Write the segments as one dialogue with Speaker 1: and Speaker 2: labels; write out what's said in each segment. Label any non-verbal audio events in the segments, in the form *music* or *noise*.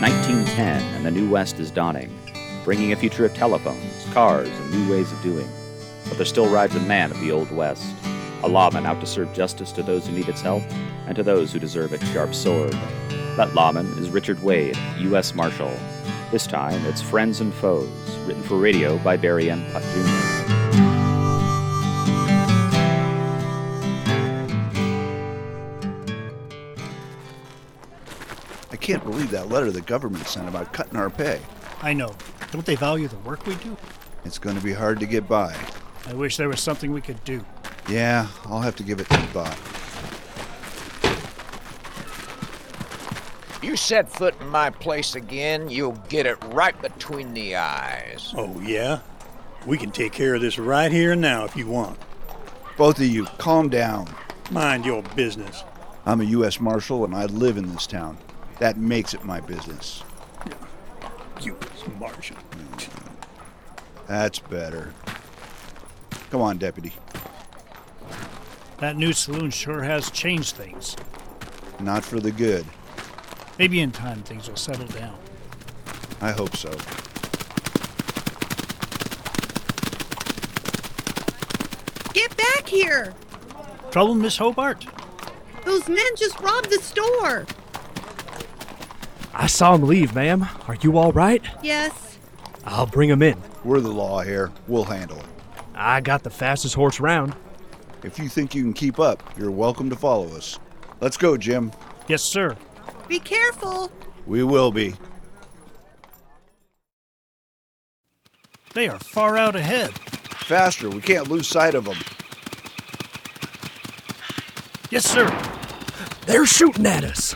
Speaker 1: 1910 and the new West is dawning, bringing a future of telephones, cars, and new ways of doing. But there still rides a man of the Old West, a lawman out to serve justice to those who need its help and to those who deserve its sharp sword. That lawman is Richard Wade, U.S. Marshal. This time it's Friends and Foes, written for radio by Barry M. Putt Jr.
Speaker 2: I can't believe that letter the government sent about cutting our pay.
Speaker 3: I know. Don't they value the work we do?
Speaker 2: It's going to be hard to get by.
Speaker 3: I wish there was something we could do.
Speaker 2: Yeah, I'll have to give it some thought.
Speaker 4: You set foot in my place again, you'll get it right between the eyes.
Speaker 5: Oh, yeah? We can take care of this right here and now if you want.
Speaker 2: Both of you, calm down.
Speaker 5: Mind your business.
Speaker 2: I'm a U.S. Marshal and I live in this town. That makes it my business.
Speaker 5: You Martian.
Speaker 2: That's better. Come on, Deputy.
Speaker 3: That new saloon sure has changed things.
Speaker 2: Not for the good.
Speaker 3: Maybe in time things will settle down.
Speaker 2: I hope so.
Speaker 6: Get back here!
Speaker 3: Trouble, Miss Hobart?
Speaker 6: Those men just robbed the store!
Speaker 7: I saw him leave, ma'am. Are you all right?
Speaker 6: Yes,
Speaker 7: I'll bring him in.
Speaker 2: We're the law here. We'll handle it.
Speaker 7: I got the fastest horse round.
Speaker 2: If you think you can keep up, you're welcome to follow us. Let's go, Jim.
Speaker 3: Yes, sir.
Speaker 6: be careful!
Speaker 2: We will be.
Speaker 3: They are far out ahead.
Speaker 2: Faster. We can't lose sight of them.
Speaker 3: Yes, sir.
Speaker 7: They're shooting at us.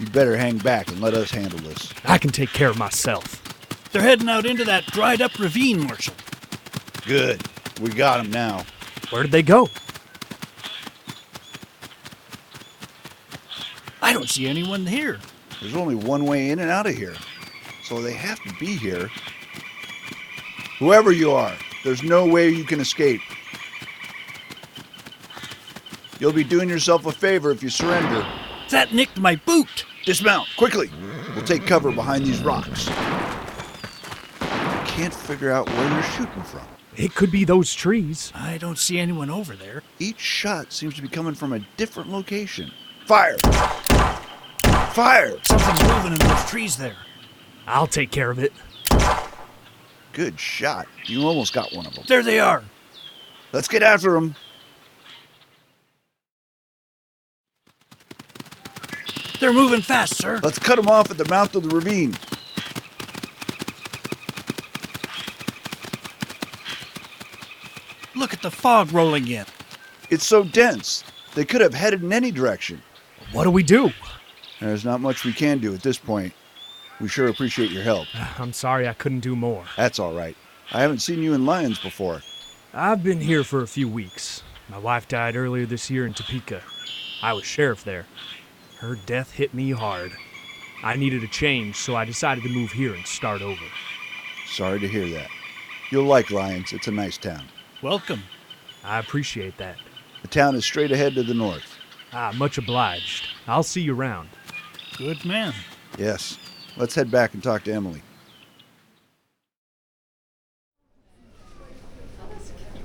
Speaker 2: You better hang back and let us handle this.
Speaker 7: I can take care of myself.
Speaker 3: They're heading out into that dried up ravine, Marshal.
Speaker 2: Good. We got him now.
Speaker 7: Where did they go?
Speaker 3: I don't see anyone here.
Speaker 2: There's only one way in and out of here. So they have to be here. Whoever you are, there's no way you can escape. You'll be doing yourself a favor if you surrender.
Speaker 3: That nicked my boot.
Speaker 2: Dismount, quickly! We'll take cover behind these rocks. Can't figure out where you're shooting from.
Speaker 7: It could be those trees.
Speaker 3: I don't see anyone over there.
Speaker 2: Each shot seems to be coming from a different location. Fire! Fire!
Speaker 3: Something moving in those trees there.
Speaker 7: I'll take care of it.
Speaker 2: Good shot. You almost got one of them.
Speaker 3: There they are.
Speaker 2: Let's get after them.
Speaker 3: They're moving fast, sir.
Speaker 2: Let's cut them off at the mouth of the ravine.
Speaker 3: Look at the fog rolling in.
Speaker 2: It's so dense. They could have headed in any direction.
Speaker 7: What do we do?
Speaker 2: There's not much we can do at this point. We sure appreciate your help.
Speaker 7: I'm sorry I couldn't do more.
Speaker 2: That's all right. I haven't seen you in Lions before.
Speaker 7: I've been here for a few weeks. My wife died earlier this year in Topeka. I was sheriff there. Her death hit me hard. I needed a change, so I decided to move here and start over.
Speaker 2: Sorry to hear that. You'll like Lions. It's a nice town.
Speaker 3: Welcome.
Speaker 7: I appreciate that.
Speaker 2: The town is straight ahead to the north.
Speaker 7: Ah, much obliged. I'll see you around.
Speaker 3: Good man.
Speaker 2: Yes. Let's head back and talk to Emily.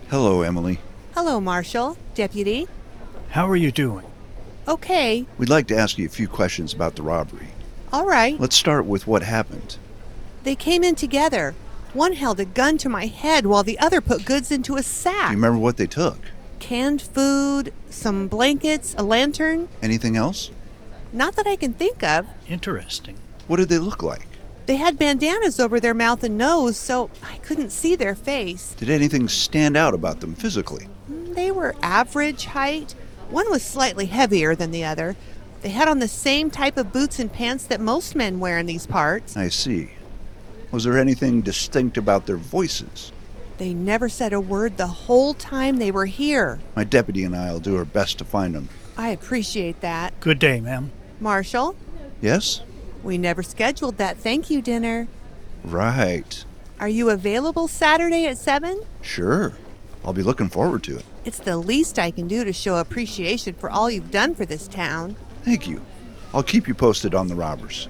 Speaker 2: Hello, Emily.
Speaker 6: Hello, Marshal, Deputy.
Speaker 3: How are you doing?
Speaker 6: Okay,
Speaker 2: We'd like to ask you a few questions about the robbery.
Speaker 6: all right.
Speaker 2: Let's start with what happened.
Speaker 6: They came in together. One held a gun to my head while the other put goods into a
Speaker 2: Do
Speaker 6: sack.
Speaker 2: you remember what they took?
Speaker 6: Canned food, some blankets, a lantern.
Speaker 2: Anything else?
Speaker 6: Not that I can think of.
Speaker 3: Interesting.
Speaker 2: What did they look like?
Speaker 6: They had bandanas over their mouth and nose, so I couldn't see their face.
Speaker 2: Did anything stand out about them physically?
Speaker 6: They were average height. One was slightly heavier than the other. They had on the same type of boots and pants that most men wear in these parts.
Speaker 2: I see. Was there anything distinct about their voices?
Speaker 6: They never said a word the whole time they were here.
Speaker 2: My deputy and I will do our best to find them.
Speaker 6: I appreciate that.
Speaker 3: Good day, ma'am.
Speaker 6: Marshall,
Speaker 2: Yes?
Speaker 6: we never scheduled that thank you dinner.
Speaker 2: Right.
Speaker 6: Are you available Saturday at 7?
Speaker 2: Sure. I'll be looking forward to it.
Speaker 6: It's the least I can do to show appreciation for all you've done for this town.
Speaker 2: Thank you. I'll keep you posted on the robbers.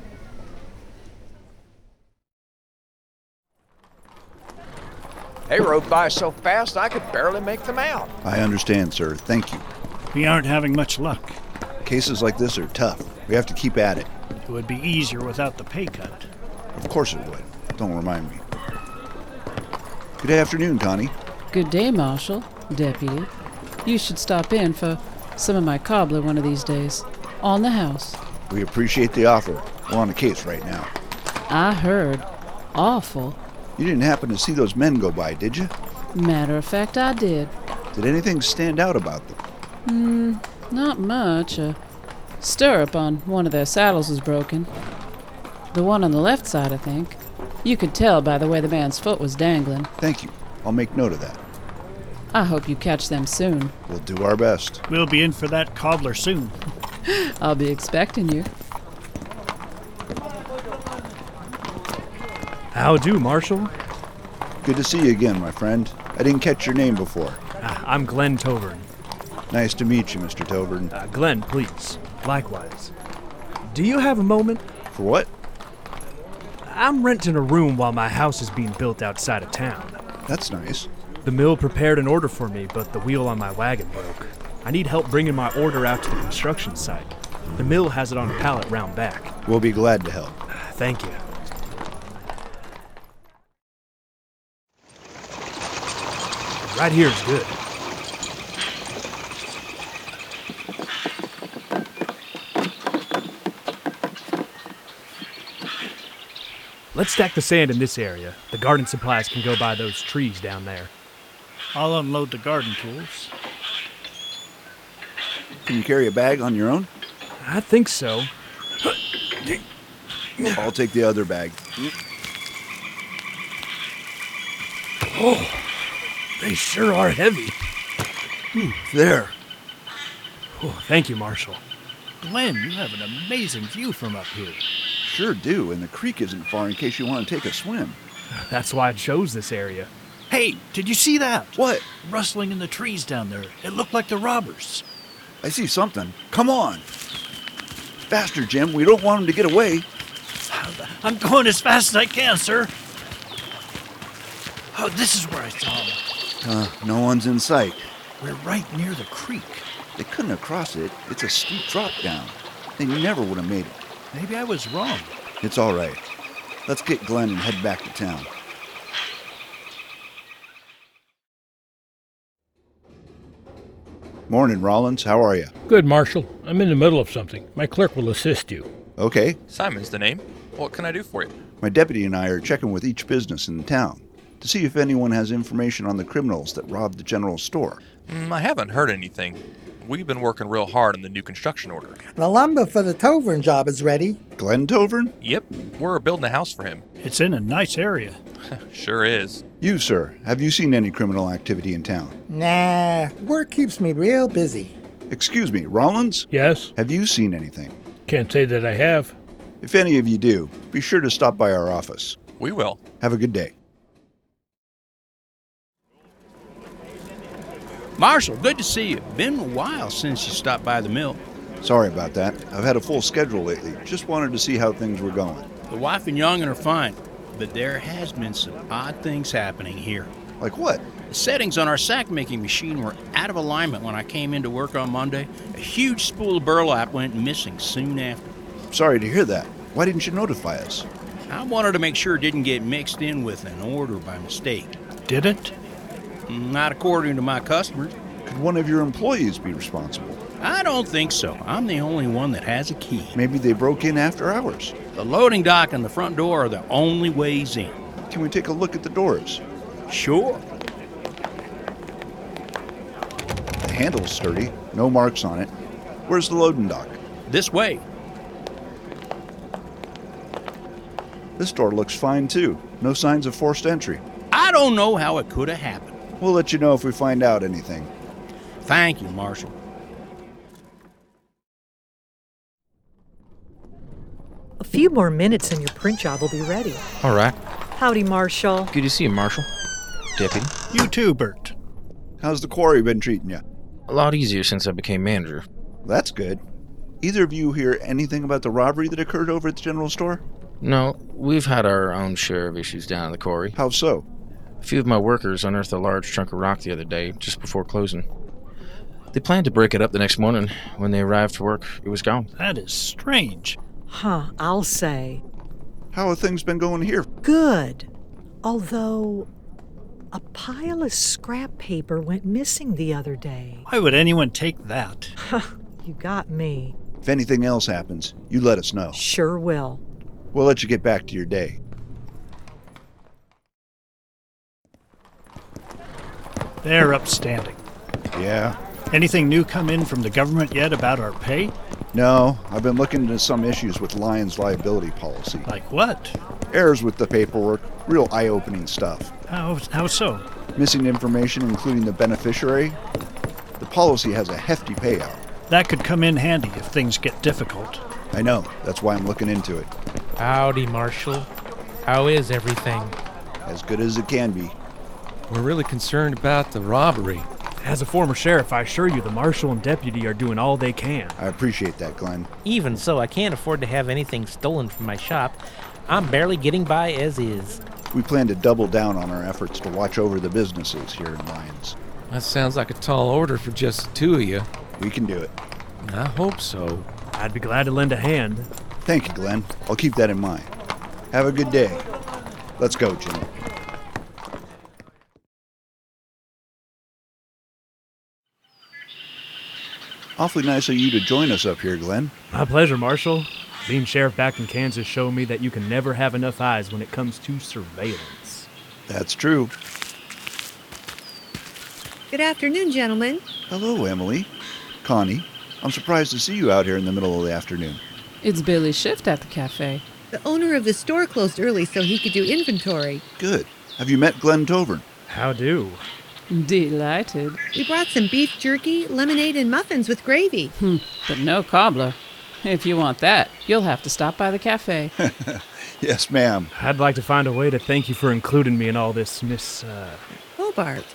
Speaker 8: They rode by so fast I could barely make them out.
Speaker 2: I understand, sir. Thank you.
Speaker 7: We aren't having much luck.
Speaker 2: Cases like this are tough. We have to keep at it.
Speaker 7: It would be easier without the pay cut.
Speaker 2: Of course it would. Don't remind me. Good afternoon, Connie.
Speaker 9: Good day, Marshal, Deputy. You should stop in for some of my cobbler one of these days. On the house.
Speaker 2: We appreciate the offer. We're on the case right now.
Speaker 9: I heard. Awful.
Speaker 2: You didn't happen to see those men go by, did you?
Speaker 9: Matter of fact, I did.
Speaker 2: Did anything stand out about them?
Speaker 9: Not much. A stirrup on one of their saddles was broken. The one on the left side, I think. You could tell by the way the man's foot was dangling.
Speaker 2: Thank you. I'll make note of that.
Speaker 9: I hope you catch them soon.
Speaker 2: We'll do our best.
Speaker 7: We'll be in for that cobbler soon.
Speaker 9: I'll be expecting you.
Speaker 10: How do, Marshal?
Speaker 2: Good to see you again, my friend. I didn't catch your name before.
Speaker 10: Ah, I'm Glenn Tovern.
Speaker 2: Nice to meet you, Mr. Tovern.
Speaker 10: Uh, Glenn, please. Likewise. Do you have a moment?
Speaker 2: For what?
Speaker 10: I'm renting a room while my house is being built outside of town.
Speaker 2: That's nice.
Speaker 10: The mill prepared an order for me, but the wheel on my wagon broke. I need help bringing my order out to the construction site. The mill has it on a pallet round back.
Speaker 2: We'll be glad to help.
Speaker 10: Thank you. Right here is good. Let's stack the sand in this area. The garden supplies can go by those trees down there.
Speaker 7: I'll unload the garden tools.
Speaker 2: Can you carry a bag on your own?
Speaker 10: I think so.
Speaker 2: I'll take the other bag.
Speaker 10: Oh, They sure are heavy.
Speaker 2: There.
Speaker 10: Oh, thank you, Marshal.
Speaker 7: Glenn, you have an amazing view from up here.
Speaker 2: Sure do, and the creek isn't far in case you want to take a swim.
Speaker 10: That's why I chose this area.
Speaker 7: Hey, did you see that?
Speaker 2: What?
Speaker 7: Rustling in the trees down there. It looked like the robbers.
Speaker 2: I see something. Come on. Faster, Jim. We don't want him to get away.
Speaker 7: I'm going as fast as I can, sir. Oh, this is where I saw them.
Speaker 2: Uh, no one's in sight.
Speaker 7: We're right near the creek.
Speaker 2: They couldn't have crossed it. It's a steep drop down. They never would have made it.
Speaker 7: Maybe I was wrong.
Speaker 2: It's all right. Let's get Glenn and head back to town. Morning, Rollins. How are you?
Speaker 11: Good, Marshal. I'm in the middle of something. My clerk will assist you.
Speaker 2: Okay.
Speaker 12: Simon's the name. What can I do for you?
Speaker 2: My deputy and I are checking with each business in the town to see if anyone has information on the criminals that robbed the general store.
Speaker 12: Mm, I haven't heard anything. We've been working real hard on the new construction order.
Speaker 13: The lumber for the Tovern job is ready.
Speaker 2: Glenn Tovern?
Speaker 12: Yep, we're building a house for him.
Speaker 7: It's in a nice area.
Speaker 12: Sure is.
Speaker 2: You, sir, have you seen any criminal activity in town?
Speaker 13: Nah, work keeps me real busy.
Speaker 2: Excuse me, Rollins?
Speaker 11: Yes?
Speaker 2: Have you seen anything?
Speaker 11: Can't say that I have.
Speaker 2: If any of you do, be sure to stop by our office.
Speaker 12: We will.
Speaker 2: Have a good day.
Speaker 14: Marshal, good to see you. Been a while since you stopped by the mill.
Speaker 2: Sorry about that. I've had a full schedule lately. Just wanted to see how things were going.
Speaker 14: The wife and young'un are fine, but there has been some odd things happening here.
Speaker 2: Like what?
Speaker 14: The settings on our sack making machine were out of alignment when I came into work on Monday. A huge spool of burlap went missing soon after.
Speaker 2: Sorry to hear that. Why didn't you notify us?
Speaker 14: I wanted to make sure it didn't get mixed in with an order by mistake.
Speaker 7: Did it?
Speaker 14: Not according to my customers.
Speaker 2: Could one of your employees be responsible?
Speaker 14: I don't think so. I'm the only one that has a key.
Speaker 2: Maybe they broke in after hours.
Speaker 14: The loading dock and the front door are the only ways in.
Speaker 2: Can we take a look at the doors?
Speaker 14: Sure.
Speaker 2: The handle's sturdy, no marks on it. Where's the loading dock?
Speaker 14: This way.
Speaker 2: This door looks fine too. No signs of forced entry.
Speaker 14: I don't know how it could have happened.
Speaker 2: We'll let you know if we find out anything.
Speaker 14: Thank you, Marshal.
Speaker 6: A few more minutes and your print job will be ready.
Speaker 12: All right.
Speaker 6: Howdy, Marshall.
Speaker 12: Good to see you, Marshal. Deputy.
Speaker 7: You too, Bert.
Speaker 2: How's the quarry been treating you?
Speaker 12: A lot easier since I became manager.
Speaker 2: That's good. Either of you hear anything about the robbery that occurred over at the general store?
Speaker 12: No, we've had our own share of issues down in the quarry.
Speaker 2: How so?
Speaker 15: A few of my workers unearthed a large chunk of rock the other day, just before closing. They planned to break it up the next morning. When they arrived to work, it was gone.
Speaker 3: That is strange.
Speaker 16: Huh, I'll say.
Speaker 2: How have things been going here?
Speaker 16: Good. Although, a pile of scrap paper went missing the other day.
Speaker 3: Why would anyone take that?
Speaker 16: You got me.
Speaker 2: If anything else happens, you let us know.
Speaker 16: Sure will.
Speaker 2: We'll let you get back to your day.
Speaker 3: They're upstanding.
Speaker 2: Yeah.
Speaker 3: Anything new come in from the government yet about our pay?
Speaker 2: No, I've been looking into some issues with Lion's liability policy.
Speaker 3: Like what?
Speaker 2: Errors with the paperwork, real eye opening stuff.
Speaker 3: How, how so?
Speaker 2: Missing information, including the beneficiary. The policy has a hefty payout.
Speaker 3: That could come in handy if things get difficult.
Speaker 2: I know, that's why I'm looking into it.
Speaker 11: Howdy, Marshal. How is everything?
Speaker 2: As good as it can be.
Speaker 11: We're really concerned about the robbery.
Speaker 7: As a former sheriff, I assure you the marshal and deputy are doing all they can.
Speaker 2: I appreciate that, Glenn.
Speaker 11: Even so, I can't afford to have anything stolen from my shop. I'm barely getting by as is.
Speaker 2: We plan to double down on our efforts to watch over the businesses here in Lyons.
Speaker 11: That sounds like a tall order for just the two of you.
Speaker 2: We can do it.
Speaker 11: I hope so.
Speaker 7: I'd be glad to lend a hand.
Speaker 2: Thank you, Glenn. I'll keep that in mind. Have a good day. Let's go, Jimmy. Awfully nice of you to join us up here, Glenn.
Speaker 7: My pleasure, Marshal. Being sheriff back in Kansas showed me that you can never have enough eyes when it comes to surveillance.
Speaker 2: That's true.
Speaker 6: Good afternoon, gentlemen.
Speaker 2: Hello, Emily. Connie, I'm surprised to see you out here in the middle of the afternoon.
Speaker 9: It's Billy's shift at the cafe.
Speaker 6: The owner of the store closed early so he could do inventory.
Speaker 2: Good. Have you met Glenn Tovern?
Speaker 7: How do?
Speaker 9: Delighted.
Speaker 6: We brought some beef jerky, lemonade, and muffins with gravy.
Speaker 9: Hmm, but no cobbler. If you want that, you'll have to stop by the cafe.
Speaker 2: Yes, ma'am.
Speaker 7: I'd like to find a way to thank you for including me in all this, Miss. Uh...
Speaker 6: Hobart.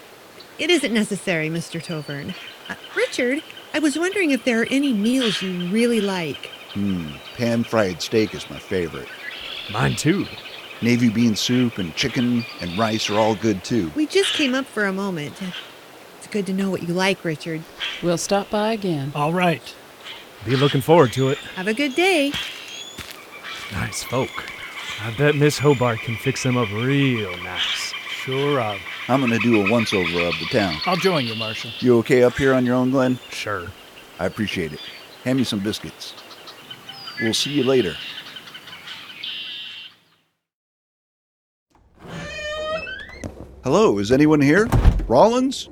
Speaker 6: It isn't necessary, Mr. Tovern. Uh, Richard, I was wondering if there are any meals you really like.
Speaker 2: Hmm, pan fried steak is my favorite.
Speaker 7: Mine too.
Speaker 2: Navy bean soup and chicken and rice are all good too.
Speaker 6: We just came up for a moment. It's good to know what you like, Richard.
Speaker 9: We'll stop by again.
Speaker 7: All right. Be looking forward to it.
Speaker 6: Have a good day.
Speaker 7: Nice folk. I bet Miss Hobart can fix them up real nice.
Speaker 3: Sure of.
Speaker 2: I'm going to do a once over of the town.
Speaker 3: I'll join you, Marshal.
Speaker 2: You okay up here on your own, Glenn?
Speaker 7: Sure.
Speaker 2: I appreciate it. Hand me some biscuits. We'll see you later. Hello, is anyone here? Rollins?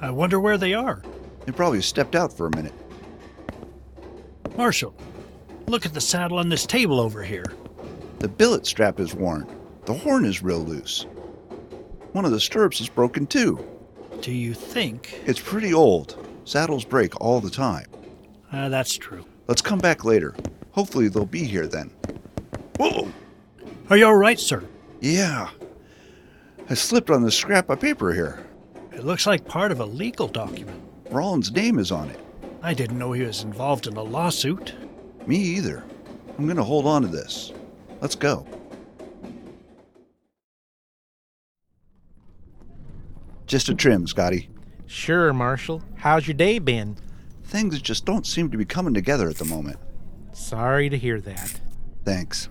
Speaker 3: I wonder where they are.
Speaker 2: They probably stepped out for a minute.
Speaker 3: Marshal, look at the saddle on this table over here.
Speaker 2: The billet strap is worn. The horn is real loose. One of the stirrups is broken too.
Speaker 3: Do you think?
Speaker 2: It's pretty old. Saddles break all the time.
Speaker 3: Ah, that's true.
Speaker 2: Let's come back later. Hopefully they'll be here then. Whoa!
Speaker 3: Are you all right, sir?
Speaker 2: Yeah. I slipped on this scrap of paper here.
Speaker 3: It looks like part of a legal document.
Speaker 2: Rollins' name is on it.
Speaker 3: I didn't know he was involved in a lawsuit.
Speaker 2: Me either. I'm going to hold on to this. Let's go. Just a trim, Scotty.
Speaker 11: Sure, Marshal. How's your day been?
Speaker 2: Things just don't seem to be coming together at the moment.
Speaker 11: Sorry to hear that.
Speaker 2: Thanks.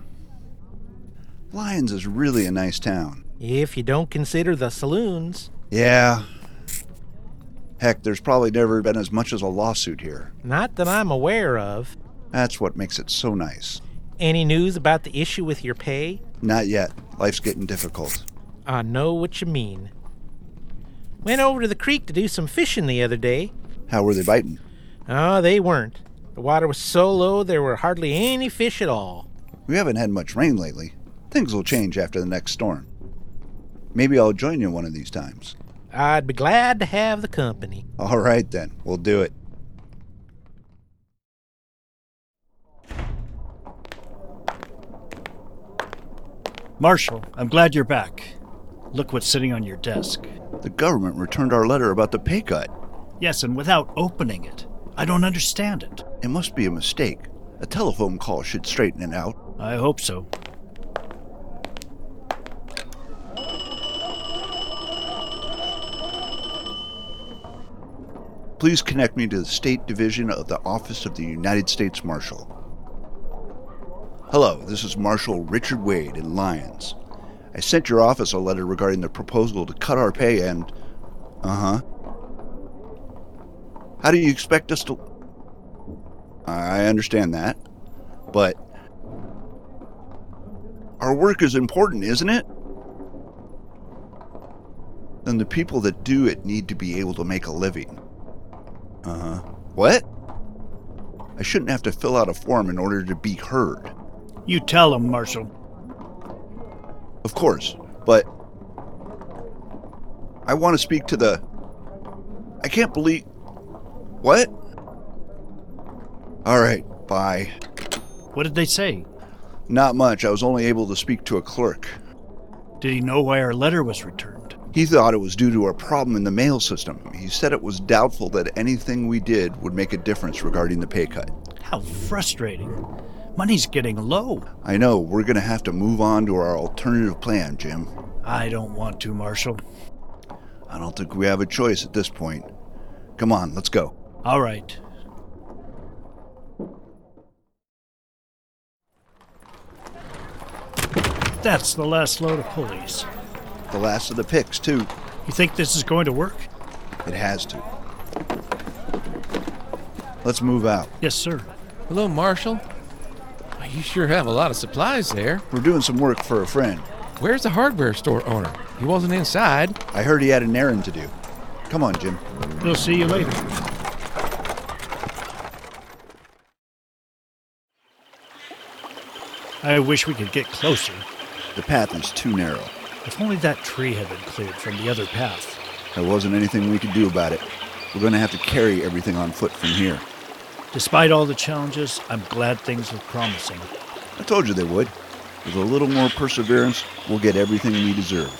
Speaker 2: Lyons is really a nice town.
Speaker 11: If you don't consider the saloons.
Speaker 2: Yeah. Heck, there's probably never been as much as a lawsuit here.
Speaker 11: Not that I'm aware of.
Speaker 2: That's what makes it so nice.
Speaker 11: Any news about the issue with your pay?
Speaker 2: Not yet. Life's getting difficult.
Speaker 11: I know what you mean. Went over to the creek to do some fishing the other day.
Speaker 2: How were they biting?
Speaker 11: Oh, they weren't. The water was so low there were hardly any fish at all.
Speaker 2: We haven't had much rain lately. Things will change after the next storm. Maybe I'll join you one of these times.
Speaker 11: I'd be glad to have the company.
Speaker 2: All right, then. We'll do it.
Speaker 3: Marshal, I'm glad you're back. Look what's sitting on your desk.
Speaker 2: The government returned our letter about the pay cut.
Speaker 3: Yes, and without opening it. I don't understand it.
Speaker 2: It must be a mistake. A telephone call should straighten it out.
Speaker 3: I hope so.
Speaker 2: Please connect me to the State Division of the Office of the United States Marshal. Hello, this is Marshal Richard Wade in Lyons. I sent your office a letter regarding the proposal to cut our pay and. Uh huh. How do you expect us to. I understand that, but. Our work is important, isn't it? Then the people that do it need to be able to make a living. Uh huh. What? I shouldn't have to fill out a form in order to be heard.
Speaker 3: You tell him, Marshal.
Speaker 2: Of course, but I want to speak to the. I can't believe. What? All right, bye.
Speaker 3: What did they say?
Speaker 2: Not much. I was only able to speak to a clerk.
Speaker 3: Did he know why our letter was returned?
Speaker 2: He thought it was due to a problem in the mail system. He said it was doubtful that anything we did would make a difference regarding the pay cut.
Speaker 3: How frustrating. Money's getting low.
Speaker 2: I know, we're going to have to move on to our alternative plan, Jim.
Speaker 3: I don't want to, Marshal.
Speaker 2: I don't think we have a choice at this point. Come on, let's go.
Speaker 3: All right. That's the last load of pulleys.
Speaker 2: The last of the picks, too.
Speaker 3: You think this is going to work?
Speaker 2: It has to. Let's move out.
Speaker 3: Yes, sir.
Speaker 14: Hello, Marshal. You sure have a lot of supplies there.
Speaker 2: We're doing some work for a friend.
Speaker 14: Where's the hardware store owner? He wasn't inside.
Speaker 2: I heard he had an errand to do. Come on, Jim.
Speaker 3: We'll see you later. I wish we could get closer.
Speaker 2: The path is too narrow.
Speaker 3: If only that tree had been cleared from the other path.
Speaker 2: There wasn't anything we could do about it. We're going to have to carry everything on foot from here.
Speaker 3: Despite all the challenges, I'm glad things look promising.
Speaker 2: I told you they would. With a little more perseverance, we'll get everything we deserve.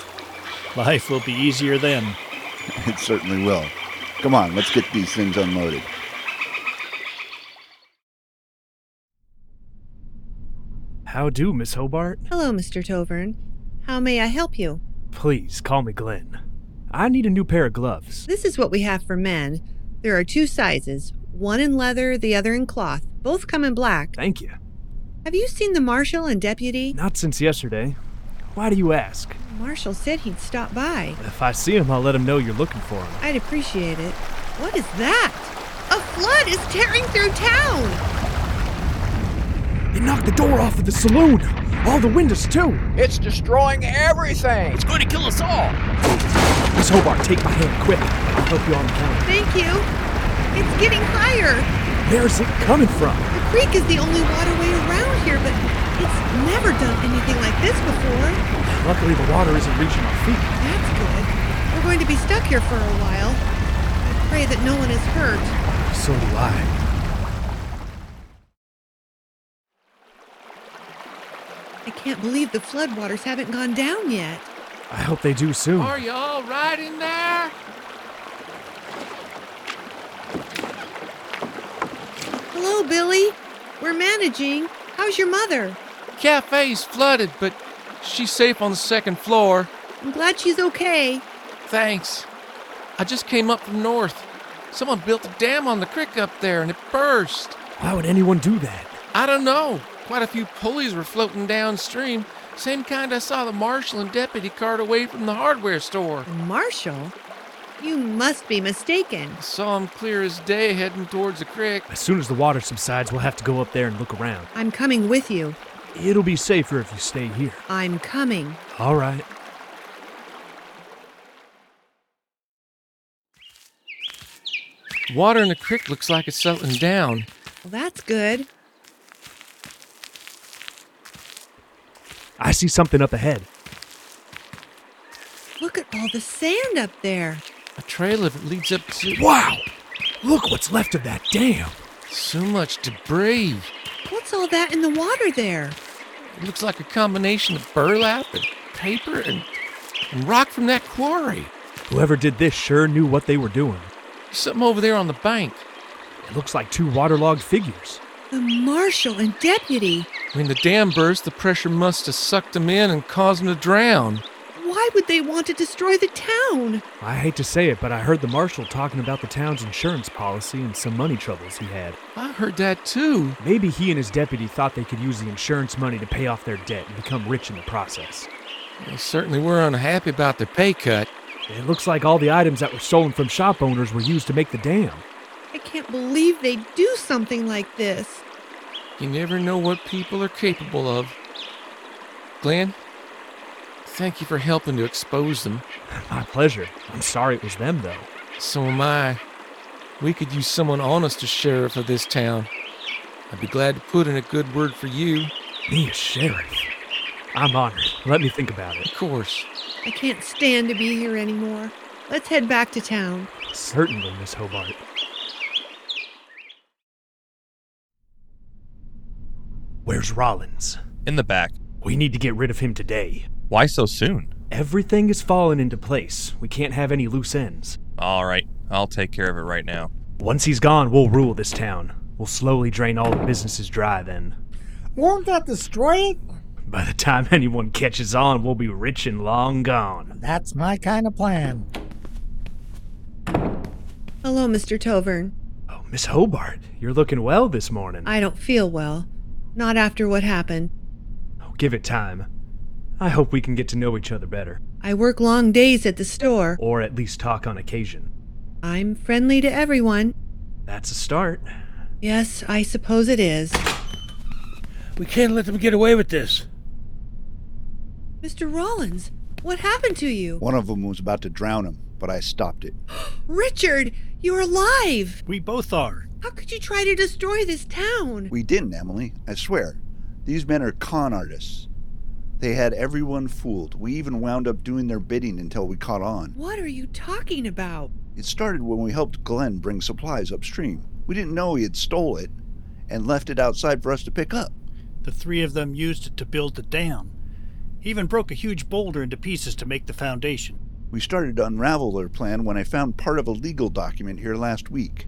Speaker 2: *laughs*
Speaker 3: Life will be easier then.
Speaker 2: It certainly will. Come on, let's get these things unloaded.
Speaker 7: How do, Miss Hobart?
Speaker 6: Hello, Mr. Tovern. How may I help you?
Speaker 7: Please call me Glenn. I need a new pair of gloves.
Speaker 6: This is what we have for men. There are two sizes one in leather, the other in cloth. Both come in black.
Speaker 7: Thank you.
Speaker 6: Have you seen the marshal and deputy?
Speaker 7: Not since yesterday. Why do you ask?
Speaker 6: Marshal said he'd stop by.
Speaker 7: If I see him, I'll let him know you're looking for him.
Speaker 6: I'd appreciate it. What is that? A flood is tearing through town!
Speaker 7: It knocked the door off of the saloon! All the windows, too!
Speaker 4: It's destroying everything!
Speaker 17: It's going to kill us all!
Speaker 7: Miss Hobart, take my hand, quick. I'll help you on the counter.
Speaker 6: Thank you. It's getting higher.
Speaker 7: Where's it coming from?
Speaker 6: The creek is the only waterway around here, but it's never done anything like this before.
Speaker 7: Luckily, the water isn't reaching our feet.
Speaker 6: That's good. We're going to be stuck here for a while. I pray that no one is hurt.
Speaker 7: So do I.
Speaker 6: I can't believe the floodwaters haven't gone down yet.
Speaker 7: I hope they do soon.
Speaker 14: Are you all right in there?
Speaker 6: Hello, Billy. We're managing. How's your mother?
Speaker 14: Cafe's flooded, but she's safe on the second floor.
Speaker 6: I'm glad she's okay.
Speaker 14: Thanks. I just came up from north. Someone built a dam on the creek up there and it burst.
Speaker 7: Why would anyone do that?
Speaker 14: I don't know. Quite a few pulleys were floating downstream. Same kind I saw the marshal and deputy cart away from the hardware store.
Speaker 6: Marshal? You must be mistaken.
Speaker 14: I saw him clear as day heading towards the creek.
Speaker 7: As soon as the water subsides, we'll have to go up there and look around.
Speaker 6: I'm coming with you.
Speaker 7: It'll be safer if you stay here.
Speaker 6: I'm coming.
Speaker 7: All right.
Speaker 14: Water in the creek looks like it's settling down.
Speaker 6: Well, that's good.
Speaker 7: I see something up ahead.
Speaker 6: Look at all the sand up there.
Speaker 14: A trail of it leads up to.
Speaker 7: Wow! Look what's left of that dam.
Speaker 14: So much debris.
Speaker 6: What's all that in the water there?
Speaker 14: It looks like a combination of burlap and paper and, and rock from that quarry.
Speaker 7: Whoever did this sure knew what they were doing.
Speaker 14: Something over there on the bank.
Speaker 7: It looks like two waterlogged figures.
Speaker 6: The marshal and deputy.
Speaker 14: When the dam burst, the pressure must have sucked them in and caused them to drown.
Speaker 6: Why Why would they want to destroy the town?
Speaker 7: I hate to say it, but I heard the marshal talking about the town's insurance policy and some money troubles he had.
Speaker 14: I heard that too.
Speaker 7: Maybe he and his deputy thought they could use the insurance money to pay off their debt and become rich in the process.
Speaker 14: They certainly were unhappy about their pay cut.
Speaker 7: It looks like all the items that were stolen from shop owners were used to make the dam. *laughs*
Speaker 6: I can't believe they do something like this.
Speaker 14: You never know what people are capable of. Glenn, thank you for helping to expose them.
Speaker 7: My pleasure. I'm sorry it was them, though.
Speaker 14: So am I. We could use someone honest as sheriff of this town. I'd be glad to put in a good word for you.
Speaker 7: Me a sheriff? I'm honored. Let me think about it.
Speaker 14: Of course.
Speaker 6: I can't stand to be here anymore. Let's head back to town.
Speaker 7: Certainly, Miss Hobart. Where's Rollins?
Speaker 12: In the back.
Speaker 7: We need to get rid of him today.
Speaker 12: Why so soon?
Speaker 7: Everything is falling into place. We can't have any loose ends.
Speaker 12: All right, I'll take care of it right now.
Speaker 7: Once he's gone, we'll rule this town. We'll slowly drain all the businesses dry then.
Speaker 18: Won't that destroy it?
Speaker 7: By the time *laughs* anyone catches on, we'll be rich and long gone.
Speaker 18: That's my kind of plan.
Speaker 6: Hello, Mr. Tovern.
Speaker 7: Oh, Miss Hobart, you're looking well this morning.
Speaker 6: I don't feel well. Not after what happened.
Speaker 7: Oh, give it time. I hope we can get to know each other better,
Speaker 6: I work long days at the store.
Speaker 7: or at least talk on occasion.
Speaker 6: I'm friendly to everyone.
Speaker 7: That's a start.
Speaker 6: Yes, I suppose it is.
Speaker 19: We can't let them get away with this.
Speaker 6: Mr. Rollins, what happened to you?
Speaker 2: One of them was about to drown him, but I stopped it.
Speaker 6: Richard, you're alive!
Speaker 3: We both are.
Speaker 6: How could you try to destroy this town?
Speaker 2: We didn't, Emily. I swear. These men are con artists. They had everyone fooled. We even wound up doing their bidding until we caught on.
Speaker 6: What are you talking about?
Speaker 2: It started when we helped Glenn bring supplies upstream. We didn't know he had stole it and left it outside for us to pick up.
Speaker 3: The three of them used it to build the dam. Even broke a huge boulder into pieces to make the foundation.
Speaker 2: We started to unravel their plan when I found part of a legal document here last week.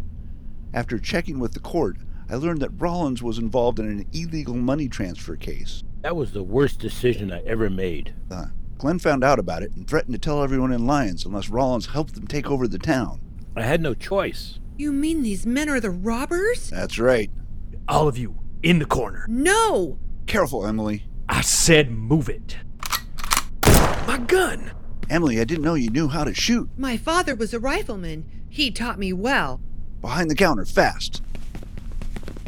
Speaker 2: After checking with the court, I learned that Rollins was involved in an illegal money transfer case.
Speaker 20: That was the worst decision I ever made.
Speaker 2: Uh, Glenn found out about it and threatened to tell everyone in Lyons unless Rollins helped them take over the town.
Speaker 20: I had no choice.
Speaker 6: You mean these men are the robbers?
Speaker 2: That's right.
Speaker 7: All of you, in the corner.
Speaker 6: No!
Speaker 2: Careful, Emily.
Speaker 7: I said move it. My gun!
Speaker 2: Emily, I didn't know you knew how to shoot.
Speaker 6: My father was a rifleman. He taught me well.
Speaker 2: Behind the counter, fast.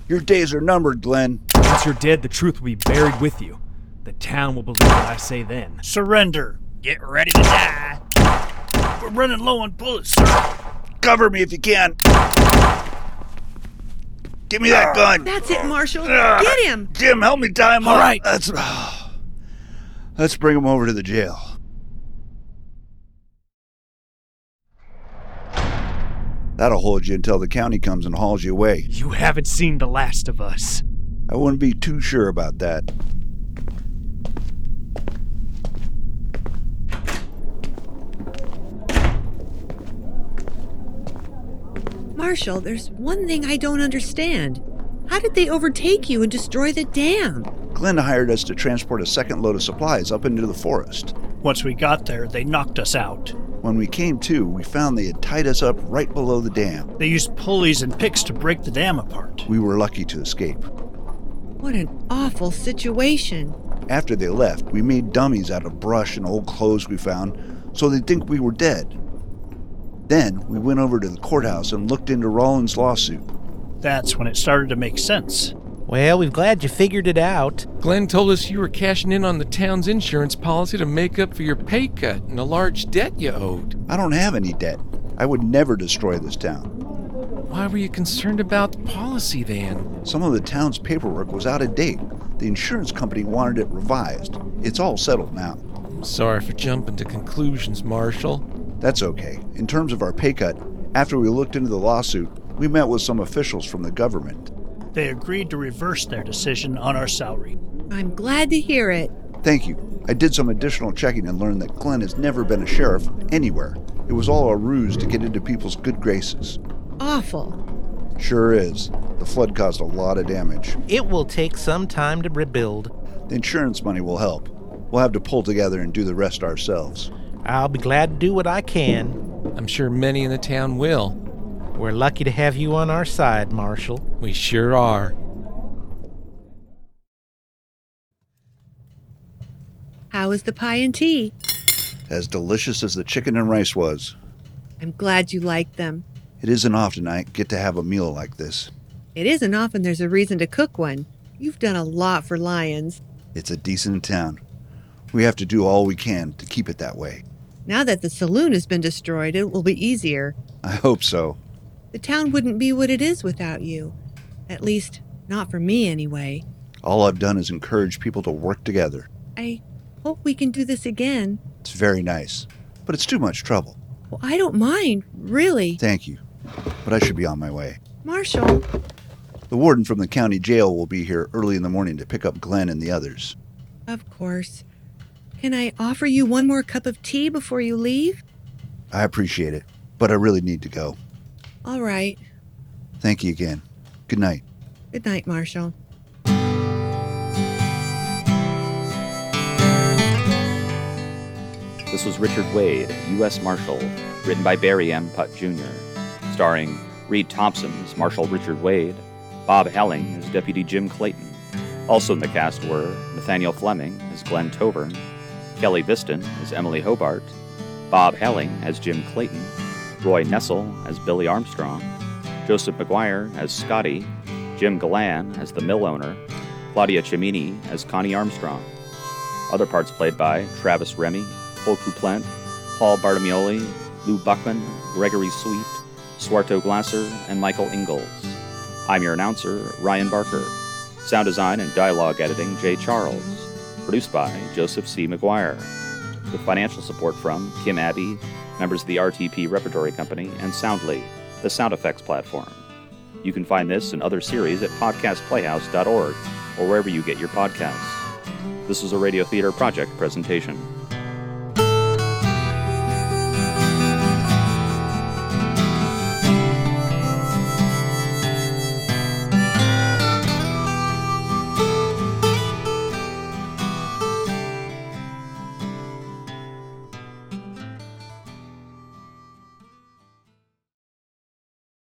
Speaker 2: Your days are numbered, Glenn.
Speaker 7: Once you're dead, the truth will be buried with you. The town will believe what I say then.
Speaker 3: Surrender.
Speaker 11: Get ready to die.
Speaker 3: We're running low on bullets, sir.
Speaker 2: Cover me if you can. Give me
Speaker 3: Ah.
Speaker 2: that gun.
Speaker 6: That's it, Marshal. Get him!
Speaker 2: Jim, help me tie him
Speaker 3: All
Speaker 2: up.
Speaker 3: right.
Speaker 2: Let's, let's bring him over to the jail. That'll hold you until the county comes and hauls you away.
Speaker 7: You haven't seen the last of us.
Speaker 2: I wouldn't be too sure about that.
Speaker 6: Marshal, there's one thing I don't understand. How did they overtake you and destroy the dam?
Speaker 2: Glenn hired us to transport a second load of supplies up into the forest.
Speaker 3: Once we got there, they knocked us out.
Speaker 2: When we came to, we found they had tied us up right below the dam.
Speaker 3: They used pulleys and picks to break the dam apart.
Speaker 2: We were lucky to escape.
Speaker 6: What an awful situation.
Speaker 2: After they left, we made dummies out of brush and old clothes we found, so they'd think we were dead. Then we went over to the courthouse and looked into Rollins' lawsuit.
Speaker 3: That's when it started to make sense.
Speaker 11: Well, we're glad you figured it out.
Speaker 14: Glenn told us you were cashing in on the town's insurance policy to make up for your pay cut and a large debt you owed.
Speaker 2: I don't have any debt. I would never destroy this town.
Speaker 14: Why were you concerned about the policy then?
Speaker 2: Some of the town's paperwork was out of date. The insurance company wanted it revised. It's all settled now.
Speaker 14: I'm sorry for jumping to conclusions, Marshal.
Speaker 2: That's okay. In terms of our pay cut, after we looked into the lawsuit, we met with some officials from the government.
Speaker 3: They agreed to reverse their decision on our salary.
Speaker 6: I'm glad to hear it.
Speaker 2: Thank you. I did some additional checking and learned that Glenn has never been a sheriff anywhere. It was all a ruse to get into people's good graces.
Speaker 6: Awful.
Speaker 2: Sure is. The flood caused a lot of damage.
Speaker 11: It will take some time to rebuild.
Speaker 2: The insurance money will help. We'll have to pull together and do the rest ourselves.
Speaker 11: I'll be glad to do what I can.
Speaker 12: I'm sure many in the town will.
Speaker 11: We're lucky to have you on our side, Marshal.
Speaker 12: We sure are.
Speaker 6: How is the pie and tea?
Speaker 2: As delicious as the chicken and rice was,
Speaker 6: I'm glad you like them.
Speaker 2: it isn't often I get to have a meal like this.
Speaker 6: It isn't often there's a reason to cook one. You've done a lot for lions.
Speaker 2: It's a decent town. We have to do all we can to keep it that way.
Speaker 6: Now that the saloon has been destroyed, it will be easier.
Speaker 2: I hope so.
Speaker 6: The town wouldn't be what it is without you. At least, not for me anyway.
Speaker 2: All I've done is encourage people to work together.
Speaker 6: I hope we can do this again.
Speaker 2: It's very nice, but it's too much trouble.
Speaker 6: Well, I don't mind, really.
Speaker 2: Thank you, but I should be on my way.
Speaker 6: Marshall,
Speaker 2: The warden from the county jail will be here early in the morning to pick up Glenn and the others.
Speaker 6: of course. Can I offer you one more cup of tea before you leave?
Speaker 2: I appreciate it, but I really need to go.
Speaker 6: All right.
Speaker 2: Thank you again. Good night.
Speaker 6: Good night, Marshall.
Speaker 1: This was Richard Wade, U.S. Marshal, written by Barry M. Putt Jr., starring Reed Thompson as Marshal Richard Wade, Bob Helling as Deputy Jim Clayton. Also in the cast were Nathaniel Fleming as Glenn Tovern, Kelly Viston as Emily Hobart, Bob Helling as Jim Clayton, Roy Nessel as Billy Armstrong, Joseph McGuire as Scotty, Jim Galan as the mill owner, Claudia Cimini as Connie Armstrong. Other parts played by Travis Remy, Paul Couplant, Paul Bartimioli, Lou Buckman, Gregory Sweet, Swarto Glasser, and Michael Ingalls. I'm your announcer, Ryan Barker. Sound design and dialogue editing, Jay Charles. Produced by Joseph C. McGuire. With financial support from Kim Abbey, members of the RTP Repertory Company, and Soundly, the sound effects platform. You can find this and other series at podcastplayhouse.org or wherever you get your podcasts. This is a Radio Theater Project presentation.